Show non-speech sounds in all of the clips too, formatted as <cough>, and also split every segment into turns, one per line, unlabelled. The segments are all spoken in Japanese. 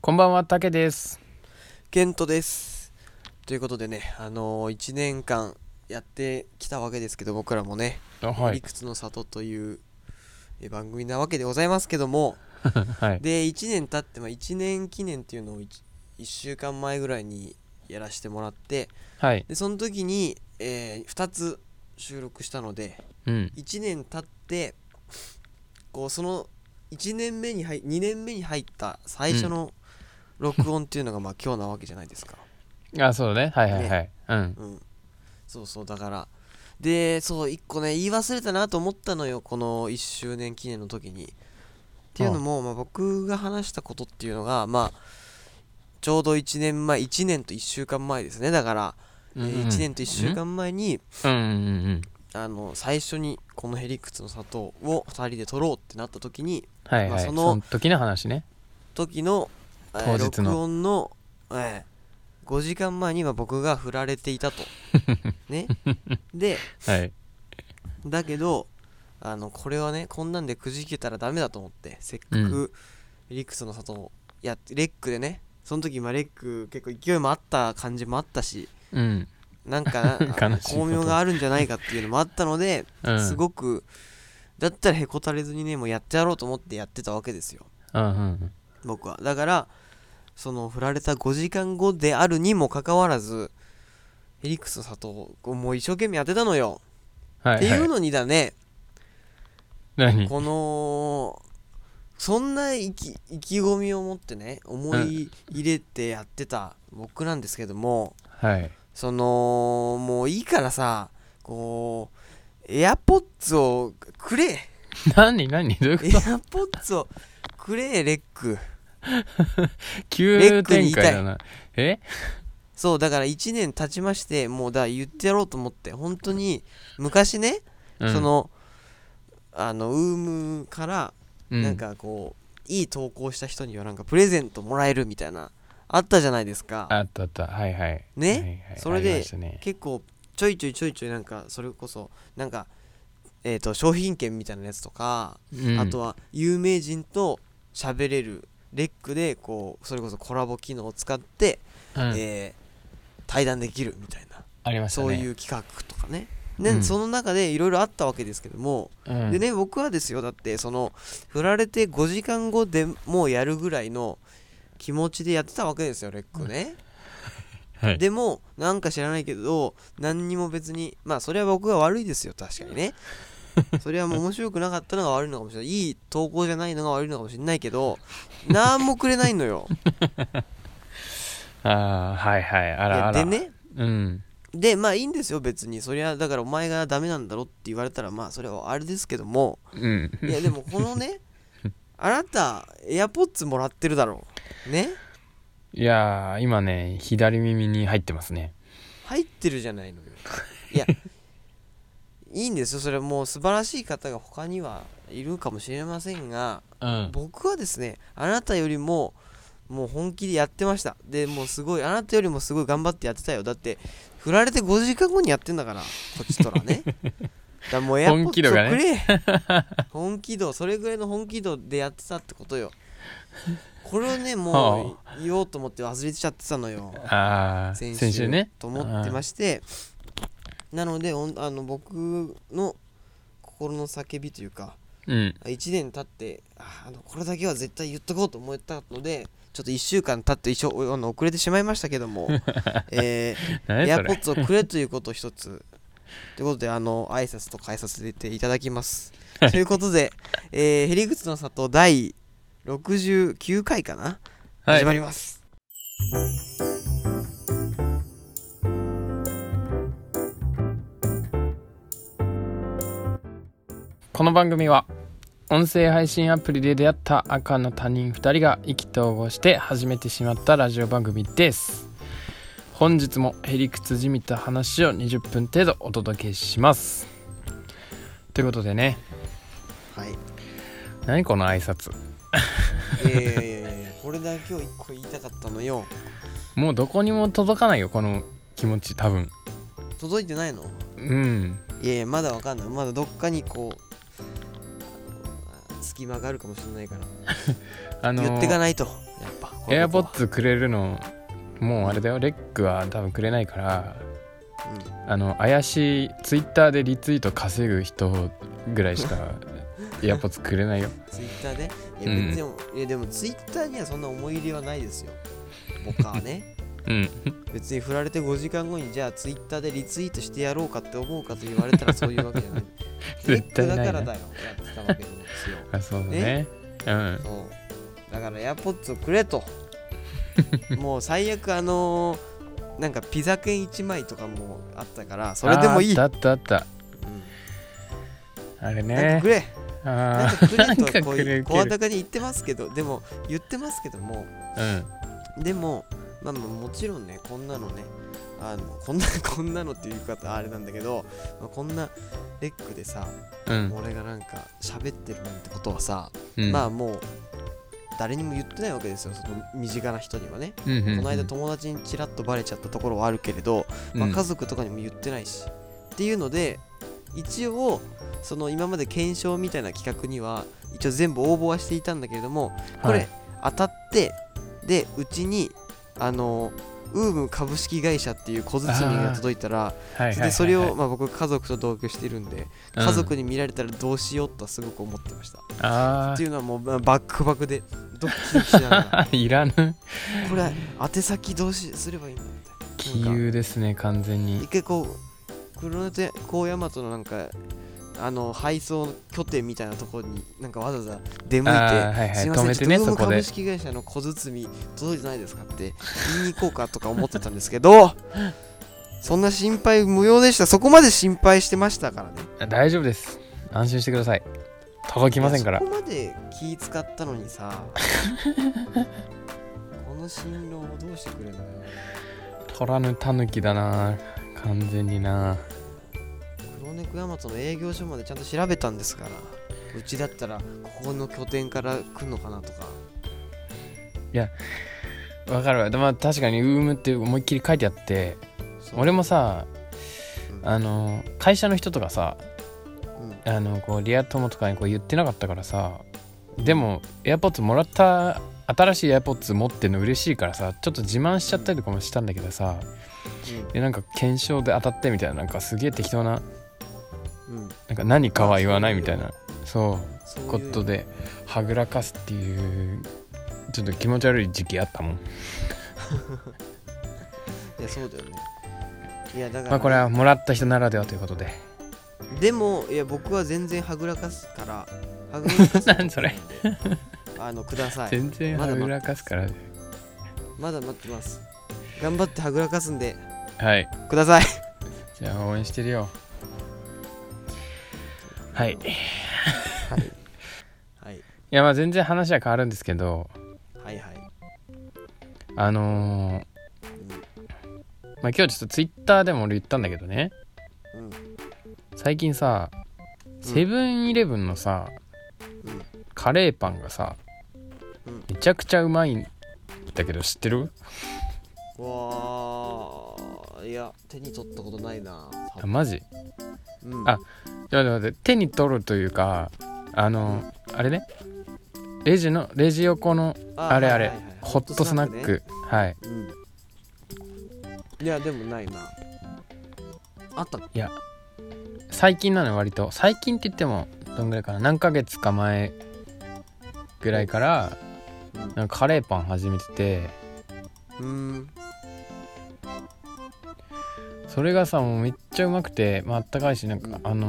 こんばんは、たけです。
ケントです。ということでね、あのー、1年間やってきたわけですけど、僕らもね、
あ
い、。くつの里というえー番組なわけでございますけども、
はい。
で、1年経って、まあ、1年記念っていうのを 1, 週間前ぐらいにやらせてもらって、
はい。
で、その時に、え2つ収録したので、
うん。
1年経って、こう、その1年目に入、2年目に入った最初の録音っていうのが、まあ、今日なわけじゃないですか。
あ、そうね。はいはいはい。うん。
うん、そうそうだからでそう1個ね言い忘れたなと思ったのよこの1周年記念の時にっていうのも、まあ、僕が話したことっていうのがまあちょうど1年前1年と1週間前ですねだから、
うんうん
1年と1週間前に、
うんうんうんうん。
あの最初にこの「へりくつの里」を2人で撮ろうってなった時に
はい
ま
はい。
あそ
そ
の
の時の話ね。
時のえー
当日の
録音の、えー5時間前には僕が振られてい
<laughs>
たとねで
はい。
だけどあのこれはねこんなんでくじけたらダメだと思ってせっか
うん
くリックスの里をやってレックでねその時まあレック結構勢いもあった感じもあったし
うん。
なん
<laughs>
か
悲しいこと
あの巧妙があるんじゃないかっていうのもあったので、
うん。
す
い。
ごくだったらへこたれずにねもうやってやろうと思ってやってたわけですよ
うんうん
僕はだからその振られた5時間後であるにもかかわらずヘリックスの里をもう一生懸命やってたのよ、
うん。はい。
っていう
はい
のにだね
何
このそんな意気意気込みを持ってね思い入れてやってた僕なんですけども、
はい。
そのもういいからさこうエアポッツを
<laughs>
くれエ
何何 <laughs> どういうこと
アポッツをくれレックレ
急
ックに言
展
いたい
開だな。え
そうだから1年経ちましてもうだから言ってやろうと思って本当に昔ね、
うん
そのあのウームから
う
なんかこういい投稿した人にはなんかプレゼントもらえるみたいなあったじゃないですか
あったあった。はいはい。
ね
はいはい
それ
あ
で
りましたね
結構ちょいちょいちょいちょいなんかそれこそなんかえー、と商品券みたいなやつとか、
うん
あとは有名人と喋れるレックでこうそれこそコラボ機能を使って、
うん
えー対談できるみたいな
ありましたね。。
そういうう企画とかねね、
うん
その中でいろいろあったわけですけども、でね僕はですよだってその振られて5時間後でもうやるぐらいの気持ちでやってたわけですよレックをね、
はい。
でもなんか知らないけど何にも別にまあそれは僕が悪いですよ確かに
<laughs>
ねそれはもう面白くなかったのが悪いのかもしれないいい投稿じゃないのが悪いのかもしれないけど何もくれないのよ
ああ、はいはい。 <laughs> あらあ
い
ら。
やで。ね
うん。
でまあいいんですよ別にそりゃだからお前がダメなんだろって言われたらまあそれはあれですけども
うん。
いやでもこのねあなたエアポッツもらってるだろうね
いやー、今ね、左耳に入ってますね。
入ってるじゃないのよいやいいんですよそれはもう素晴らしい方が他にはいるかもしれませんが、
うん。
僕はですねあなたよりももう本気でやってましたでもうすごいあなたよりもすごい頑張ってやってたよだって振られて5時間後にやってんだからこっちと
<laughs>
らねだからもうエアポッ
本
ツ
気度
をく
が
れ、
ね
本気度それぐらいの本気度でやってたってことよこれをね
は
もう言おうと思って忘れちゃってた
<laughs>
のよ
ああ、
先
先
週
週ね。
と思ってましてなのでおんあの僕の心の叫びというか
うん。
1年経ってああのこれだけは絶対言っとこうと思ったのでちょっと1週間経って一緒あの遅れてしまいましたけど
<laughs>
も、えー、
何
エア
そ
ポッ
れ
ツをくれということを一つということであの挨拶と変えさせていただきますということで、えー、ヘリグツの里第69回かな、始ま
はい。
ります
この番組は、音声配信アプリで出会った赤の他人2人が意気投合して始めてしまったラジオ番組です。本日もへりくつじみた話を20分程度お届けします。ということでね、
はい
何この挨拶。
いやいやいやいやこれだけを一個言いたかったのよ
もうどこにも届かないよ、この気持ち、多分。
届いてないの
うん。
いやいやまだわかんないまだどっかにこうあの隙間があるかもしれないから、
あのー
言ってかないとやっぱこういうことは
AirPods くれるのもうあれだよレックは多分くれないからあの怪しい Twitter でリツイート稼ぐ人ぐらいし
<laughs>
か AirPods くれないよ
うん、ツイッターでい
うん
や別に、いやでもツイッターにはそんな思い入れはないですよ僕は <laughs> ね
うん
別に振られて5時間後にじゃあツイッターでリツイートしてやろうかって思うかと言われたらそういうわけじゃない
<laughs> 絶対ないね
レックだからだよやってたわけですよ
あそうだねうん
そうだからエアポッツをく
<laughs>
れともう最悪あのーなんかピザ券1枚とかもあったからそれでもいい、
ああったあったあっ
うん
たあれ
なんか
ね
くれなん
あ
かく
あ
れ
ー
とはこういう
くれ
声
る
高に言ってますけどでも言ってますけども
うん
でもまあまあもちろんねこんなのねあのこんな <laughs> こんなのっていう言い方あれなんだけど、まあ、こんなレックでさ、
うん
俺がなんか喋ってるなんてことはさ、
うん
まあもう誰にも言ってないわけですよその身近な人にはね
うんうんうん
この間友達にちらっとバレちゃったところはあるけれど、まあ、
うん
家族とかにも言ってないし、っていうので一応その今まで検証みたいな企画には一応全部応募はしていたんだけれどもこ
は
れ
い
当たってでうちにあのウーム株式会社っていう小包みが届いたら
はいはいはいは
で
い
それをまあ僕家族と同居してるんで
うん
家族に見られたらどうしようとはすごく思ってました、
あ
っていうのはもうまあバックバクでドッキリしなが
<laughs>
ら
あいらぬ
これ宛先どうしすればいいんだみたい
杞
ななんか
憂ですね完全に
一回こう黒根高大和のなんかあの配送拠点みたいなところになんかわざわざ出向いて、
あーはいはい
すいませ
止
ん
めてね
ちょっと
そこで
株式会社の小包届いてないですかって言いに行こうかとか思ってたんです
<laughs>
けどそんな心配無用でしたそこまで心配してましたからね
大丈夫です安心してください届きませんから
いやそこまで気使ったのに
<laughs>
さこの新郎をどうしてくれるんだよ
取らぬタヌキだな完全にな
黒猫大和の営業所までちゃんと調べたんですからうちだったらここの拠点から来るのかなとか
わかるわ、でまあ、確かにウームって思いっきり書いてあって
そう
俺もさ
うん
あの会社の人とかさ
うん
あのこうリア友とかにこう言ってなかったからさでも AirPods もらった新しい AirPods 持ってるの嬉しいからさちょっと自慢しちゃったりとかもしたんだけどさでなんか検証で当たってみたいななんかすげえ適当な
うんうん
なんか何かは言わないみたいなそう
そういう
ことではぐらかすっていうちょっと気持ち悪い時期あったもん
いやそうだよねいやだから、
まあこれはもらった人ならではということで
でもいや僕は全然はぐらかすからはぐら
<laughs>
か
<laughs>
す
何それ
あのください
全然はぐらかすから
まだ待ってます頑張ってはぐらかすんで
はい
ください
じゃあ応援してるよはいい
はい
やまあ全然話は変わるんですけど
はいはい
あのーまあ今日ちょっとツイッターでも俺言ったんだけどね
うん
最近さセブンイレブンのさ、
うん
カレーパンがさ、
うん
めちゃくちゃうまいんだけど知ってる
うんわーいや手に取ったことないな
あマジ
うん
あいや待って手に取るというかあのあれねレジのレジ横のあれあれ、
はいはいはい
ホットスナックはい
ねうんいやでもないなあった
最近なのよ割と最近って言ってもどんぐらいかな何ヶ月か前ぐらいから
うん
なんかカレーパン始めてて
うん
それがさもうめっちゃうまくて、まああったかいしなんか
うん
あの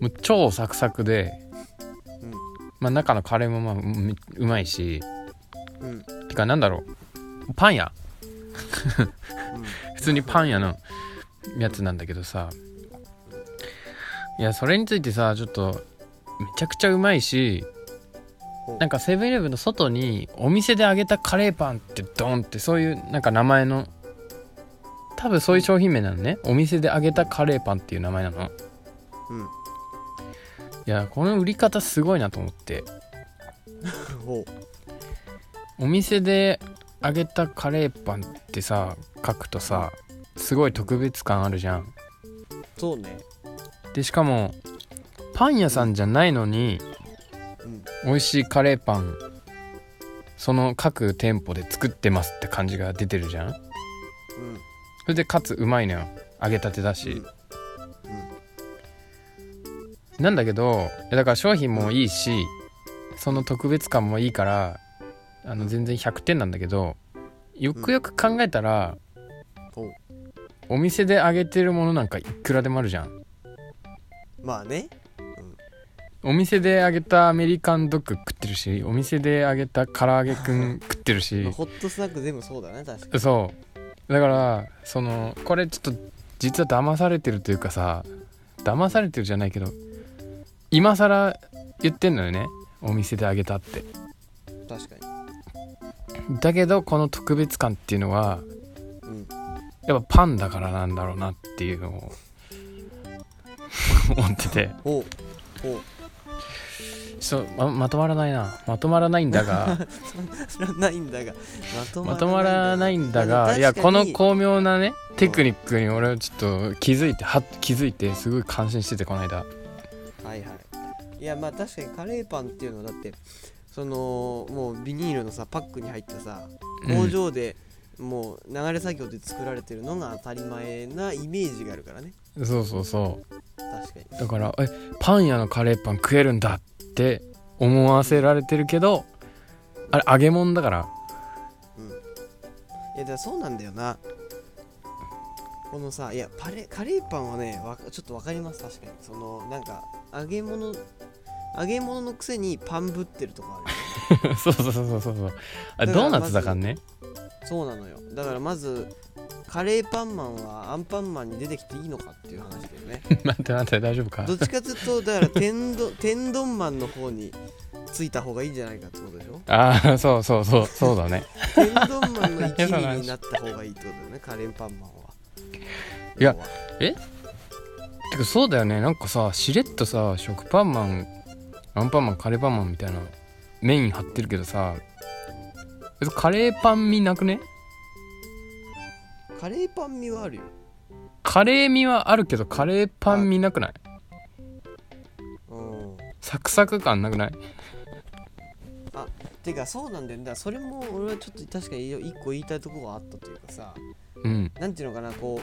もう超サクサクで、
うん
まあ、中のカレーもまあうめうまいし
うんうん
てかなんだろうパン屋普通にパン屋のやつなんだけどさいやそれについてさちょっとめちゃくちゃうまいし
ほう
なんかセブンイレブンの外にお店で揚げたカレーパンってドンってそういうなんか名前の多分そういう商品名なのねお店で揚げたカレーパンっていう名前なの
うん
いやこの売り方すごいなと思って
ほ
お店で揚げたカレーパンってさ書くとさすごい特別感あるじゃん
うそうね
でしかもパン屋さんじゃないのに
うん
美味しいカレーパンその各店舗で作ってますって感じが出てるじゃん
うん
それでかつうまいのよ揚げたてだし、なんだけどいやだから商品もいいしその特別感もいいからあの全然100点なんだけどよくよく考えたら、
お
お店で揚げてるものなんかいくらでもあるじゃん
まあね
お店で揚げたアメリカンドッグ食ってるしお店で揚げた唐揚げく <laughs> ん食ってる
まあ
し
ホットスナック全部そうだね確か
そうだからそのこれちょっと実は騙されてるというかさ騙されてるじゃないけど今更言ってんのよねお店であげたって
に確かに
だけどこの特別感っていうのは
うん
やっぱパンだからなんだろうなっていうのを <laughs> 思ってて
おうおう
ちょっとままとまらないなまとまらないんだが
それはないんだが
まとまらないんだがいやこの巧妙なねテクニックに俺はちょっと気づいてはっ気づいてすごい感心しててこの間
はいはいいやまあ確かにカレーパンっていうのはだってそのもうビニールのさパックに入ったさ
うん
工場でもう流れ作業で作られてるのが当たり前なイメージがあるからね
そうそうそう
確かに
だからえパン屋のカレーパン食えるんだって思わせられてるけどあれ揚げ物だから
いやだからそうなんだよなこのさいやパレカレーパンはねわかちょっとわかります確かにそのなんか揚げ物揚げ物のくせにパンぶってるとこあるよね
<laughs> そうそうそうそうそうあれ
だか
ドー
ら
ナツだからね
そうなのよだからまずカレーパンマンはアンパンマンに出てきていいのかっていう話だよね
待って待って大丈夫か
どっちかというとだから天丼天丼マンの方についた方がいいんじゃないかってことでしょ
ああそうそうそうそうだね
天丼マンの一味になった方がいいってことだよねカレーパンマンはい
やてかそうだよねなんかさしれっとさ食パンマンアンパンマンカレーパンマンみたいなメイン張ってるけどさえカレーパン味なくね
カレーパン味はあるよ
カレー味はあるけどカレーパン味なくない
うん
サクサク感なくない
てかそうなんだよだからそれも俺はちょっと確かに一個言いたいとこがあったというかさ
うん
なんていうのかなこ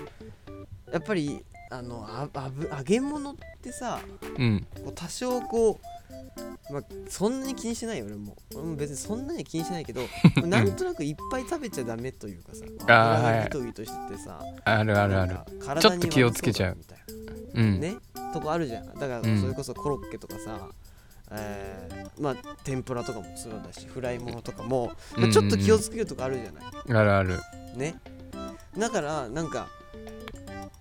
うやっぱりあのああぶ揚げ物ってさ
うん
こう多少こう、まあ、そんなに気にしないよ俺も俺も別にそんなに気にしな
<laughs>
いけどなんとなくいっぱい食べちゃダメというか
あ
さ
ー
油
は
が
い
ギトギトしててさ
あるあるある
る
ちょっと気をつけちゃう
みたいな
うん、
ね、とこあるじゃんだから
うん
それこそコロッケとかさ、えーまあ天ぷらとかもそうだしフライものとかも、まあちょっと気をつけるとこあるじゃない、
あるある
ねだからなんか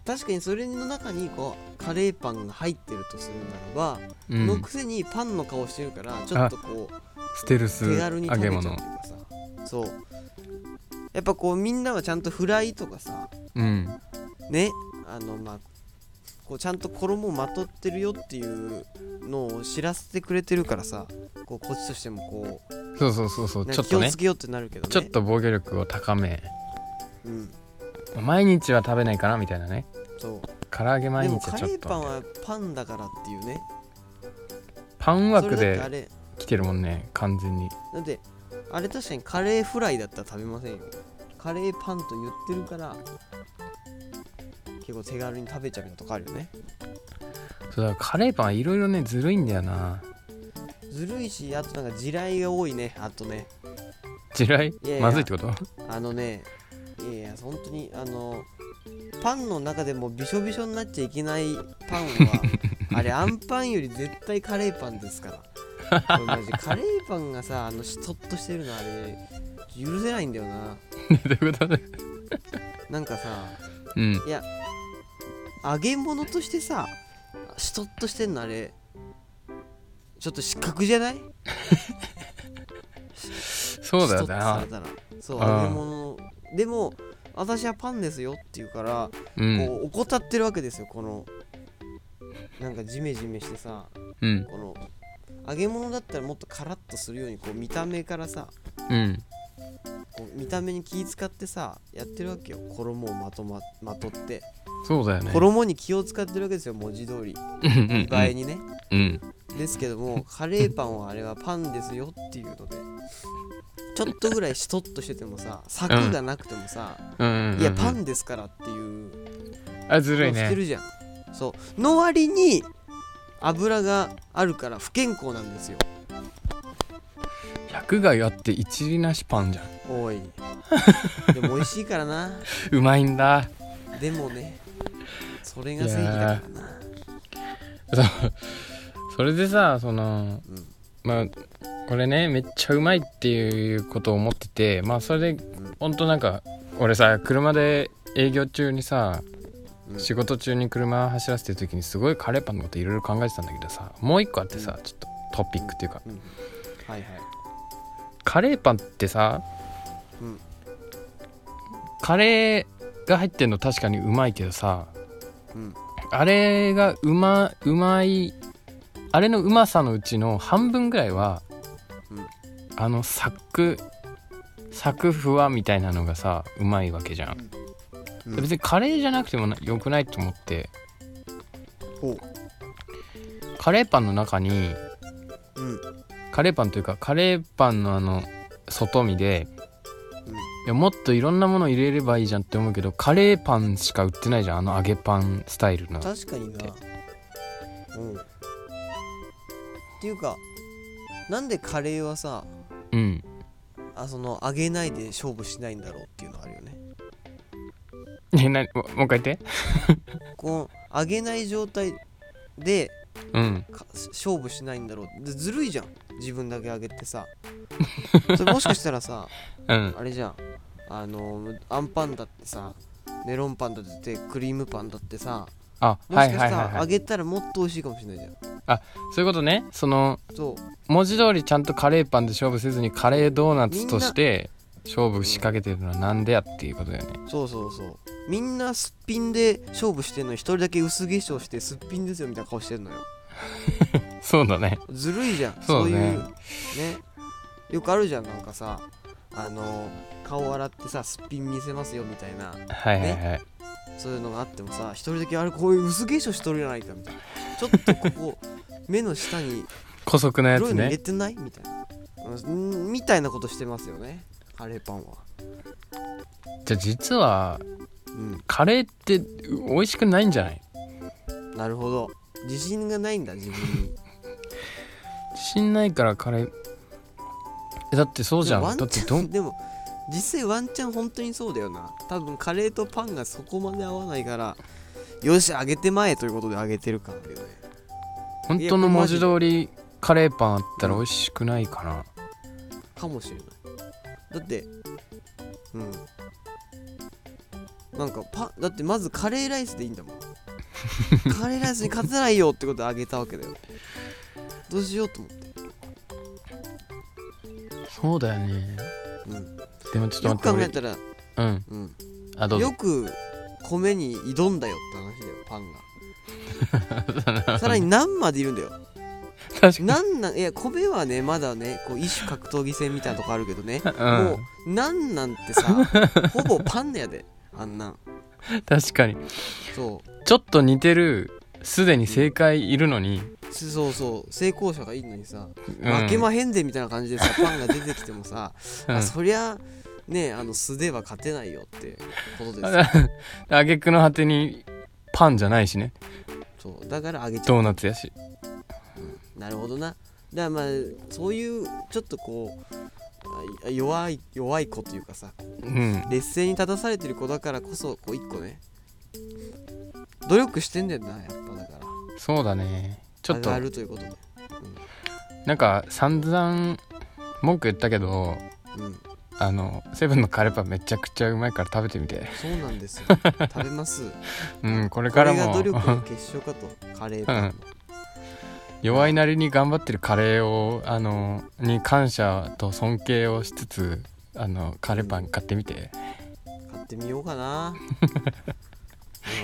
確かにそれの中にこうカレーパンが入ってるとするならば、
う
の
ん
くせにパンの顔してるからちょっとこう
ステルス
手
揚
軽に食
げ
べちゃうとい
物
うかさそうやっぱこうみんなはちゃんとフライとかさ
うん
ねあのまあこうちゃんと衣をまとってるよっていうのを知らせてくれてるからさこうこっちとしてもこう
そうそうそうそう
なん
ち
か
ょっ
気
と
を
ね
つけようってなるけどね
ちょっと防御力を高め
うん
毎日は食べないかなみたいなね
そう
唐揚げ毎
で
日は
もカ
ち
レ
ょっ
ー
と
パンはパンだからっていうね
パン
それ
枠
だってあ
で
れ
来てるもんね完全に
だってあれ確かにカレーフライだったら食べませんよカレーパンと言ってるから結構手軽に食べちゃうとかあるよね
そうだからカレーパンはいろいろねずるいんだよな
ずるいしあとなんか地雷が多いねあとね
地雷
いやいや
まずいってこと
あのねいやいや本当にあのパンの中でもびしょびしょになっちゃいけないパン
<laughs>
はあれアンパンより絶対カレーパンですからこれマジカレーパンがさあのしとっとしてるのあれ許せないんだよな
どういうことね
なんかさ
うん
揚げ物としてさしとっとしてんのあれちょっと失格じゃない
そうだよな
しとっとされたらそう
うん
揚げ物でも私はパンですよっていうから
うん
こう怠ってるわけですよこのなんかジメジメしてさ
うん
この揚げ物だったらもっとカラッとするようにこう見た目からさ
うん
こう見た目に気使ってさやってるわけよ衣をまとままとって
そうだよね
衣に気を使ってるわけですよ文字通り
うんうん
見栄えにね
うん
ですけどもカレーパンはあれはパンですよっていうのでちちょっとぐらいしとっとしててもさ柵がなくてもさ、
うんうんうんうん
いやパンですからっていう
あずるい
して
ね
るじゃんそうの割に油があるから不健康なんですよ
百害あって一理なしパンじゃん
お
<laughs>
いでも美味しいからな
うまいんだ
でもねそれが正義だからな
それでさその
うん
まあこれねめっちゃうまいっていうことを思っててまあそれで
ん
ほんとなんか俺さ車で営業中にさ
うん
仕事中に車走らせてる時にすごいカレーパンのこといろいろ考えてたんだけどさもう一個あってさちょっとトピックっていうか
うんはいはい
カレーパンってさ、
うん
カレーが入ってんの確かにうまいけどさ
うん
あれがうまうまいあれのうまさのうちの半分ぐらいは、
うん
あのサクサクふわみたいなのがさうまいわけじゃん、
うん
別にカレーじゃなくてもなよくないと思って
ほ
カレーパンの中に
ううん
カレーパンというかカレーパンのあの外見で、いやもっといろんなもの入れればいいじゃんって思うけどカレーパンしか売ってないじゃんあの揚げパンスタイルの
確かになうんっていうかなんでカレーはさ
うん <laughs>
あその揚げないで勝負しないんだろうっていうのあるよね
ねなももう一回言って
こう揚げない状態で
うん
か勝負しないんだろうでずるいじゃん自分だけ揚げてさ <laughs> それもしかしたらさ
うん
あれじゃんあのアンパンだってさメロンパンだってクリームパンだってさ
あ
も
は
し
い
か
はい
したら
はい、は
揚
い、
げたらもっと美味しいかもしれないじゃん、
そういうことねその
そう
文字通りちゃんとカレーパンで勝負せずにカレードーナツとして勝負仕掛けてるのはなんでやっていうことだよね
そうそうそうみんなすっぴんで勝負してんのに一人だけ薄化粧してすっぴんですよみたいな顔してんのよ
そうだね
ずるいじゃん
そう
い
だ
う
ね
ねよくあるじゃんなんかさあの顔洗ってさすっぴん見せますよみたいな
はいはいはい
そういうのがあってもさ一人だけあれこういう薄化粧しとるやないかみたいなちょっとここ目の下に
姑息 <laughs> なや
黒
つ
いの入れ
ね
てないみたいな、うん、みたいなことしてますよねカレーパンは
じゃあ実は
う
カレーって美味しくないんじゃない
んなるほど自信がないんだ自分に
自信ないからカレーえだって <laughs> そうじゃ
でもワ
ん
ン
だって
チ
ど
ャン
ん
でも実際ワンチャン本当にそうだよな多分カレーとパンがそこまで合わないからよし揚げてまえということで揚げてる感あるよね
本当の文字通りカレーパンあったら美味しくないかな、
かもしれないだってうんなんかパだってまずカレーライスでいい
<laughs>
んだもんカレーライスに勝てないよってことで揚げたわけだよどうしようと思って
そうだよね
うん
でもちょっと
よく
待
考え
って
たら、
俺うん
うん、
あどう
よ
ぞ
く米に挑んだよって話だよパン
<laughs>
がさらに何までいるんだよ
確かに
なんなんいや米はねまだねこう一種格闘技戦みたいなとこあるけどね、
うん
もうなんなん
<laughs>
てさほぼパンやであんなん
確かに
そう
ちょっと似てるすでに正解いるのに、
すそうそう成功者がいいのにさ、
うん
負けまへんでみたいな感じで
<laughs>
さパンが出てきてもさ、
うん
あそりゃねあの素では勝てないよってことです
あ
よ
挙句の果てにパンじゃないしね
そうだからあげちゃ
ドーナツやし
うなるほどなだからまあそういうちょっとこうあ弱い弱い子というかさ
うん
劣勢に立たされてる子だからこそこう一個ね努力してんだよなやっぱだから
そうだねちょっと
上がるということで
なんか散々文句言ったけど
うん
あのセブンのカレーパンめちゃくちゃうまいから食べてみて <laughs>
そうなんですよ食べます
うんこれ
こ
から
れが
も
努力の結晶
<laughs>
かとカレーパンの
弱いなりに頑張ってるカレーをあのに感謝と尊敬をしつつあのカレーパン買ってみて <laughs>
買ってみようかな、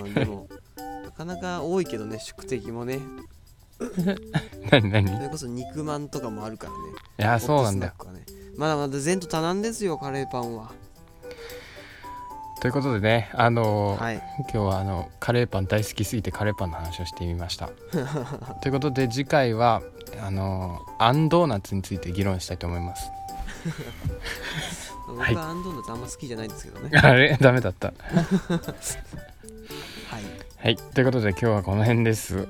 うん、でもなかなか多いけどね宿敵もね
何何
そ
い
れこそ肉まんとかもあるからね
やそうなんだよ
ホットスナックはねまだまだ前途多難ですよカレーパンは
ということでねあの、
はい
今日はあのカレーパン大好きすぎてカレーパンの話をしてみま <laughs> したということで次回はあのあんドーナツについて議論したいと思いますはい
僕はアンドンだってあんま好きじゃないんですけどね
あれ <laughs> ダメだった
はい
はいということで今日はこの辺です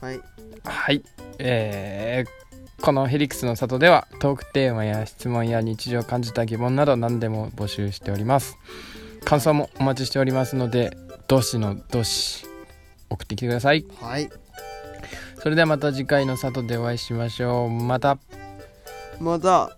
はい
はい、えーこの「ヘリクスの里」ではトークテーマや質問や日常感じた疑問など何でも募集しております感想もお待ちしておりますのでどしのどし送ってきてください
はい
それではまた次回の里でお会いしましょうまた
また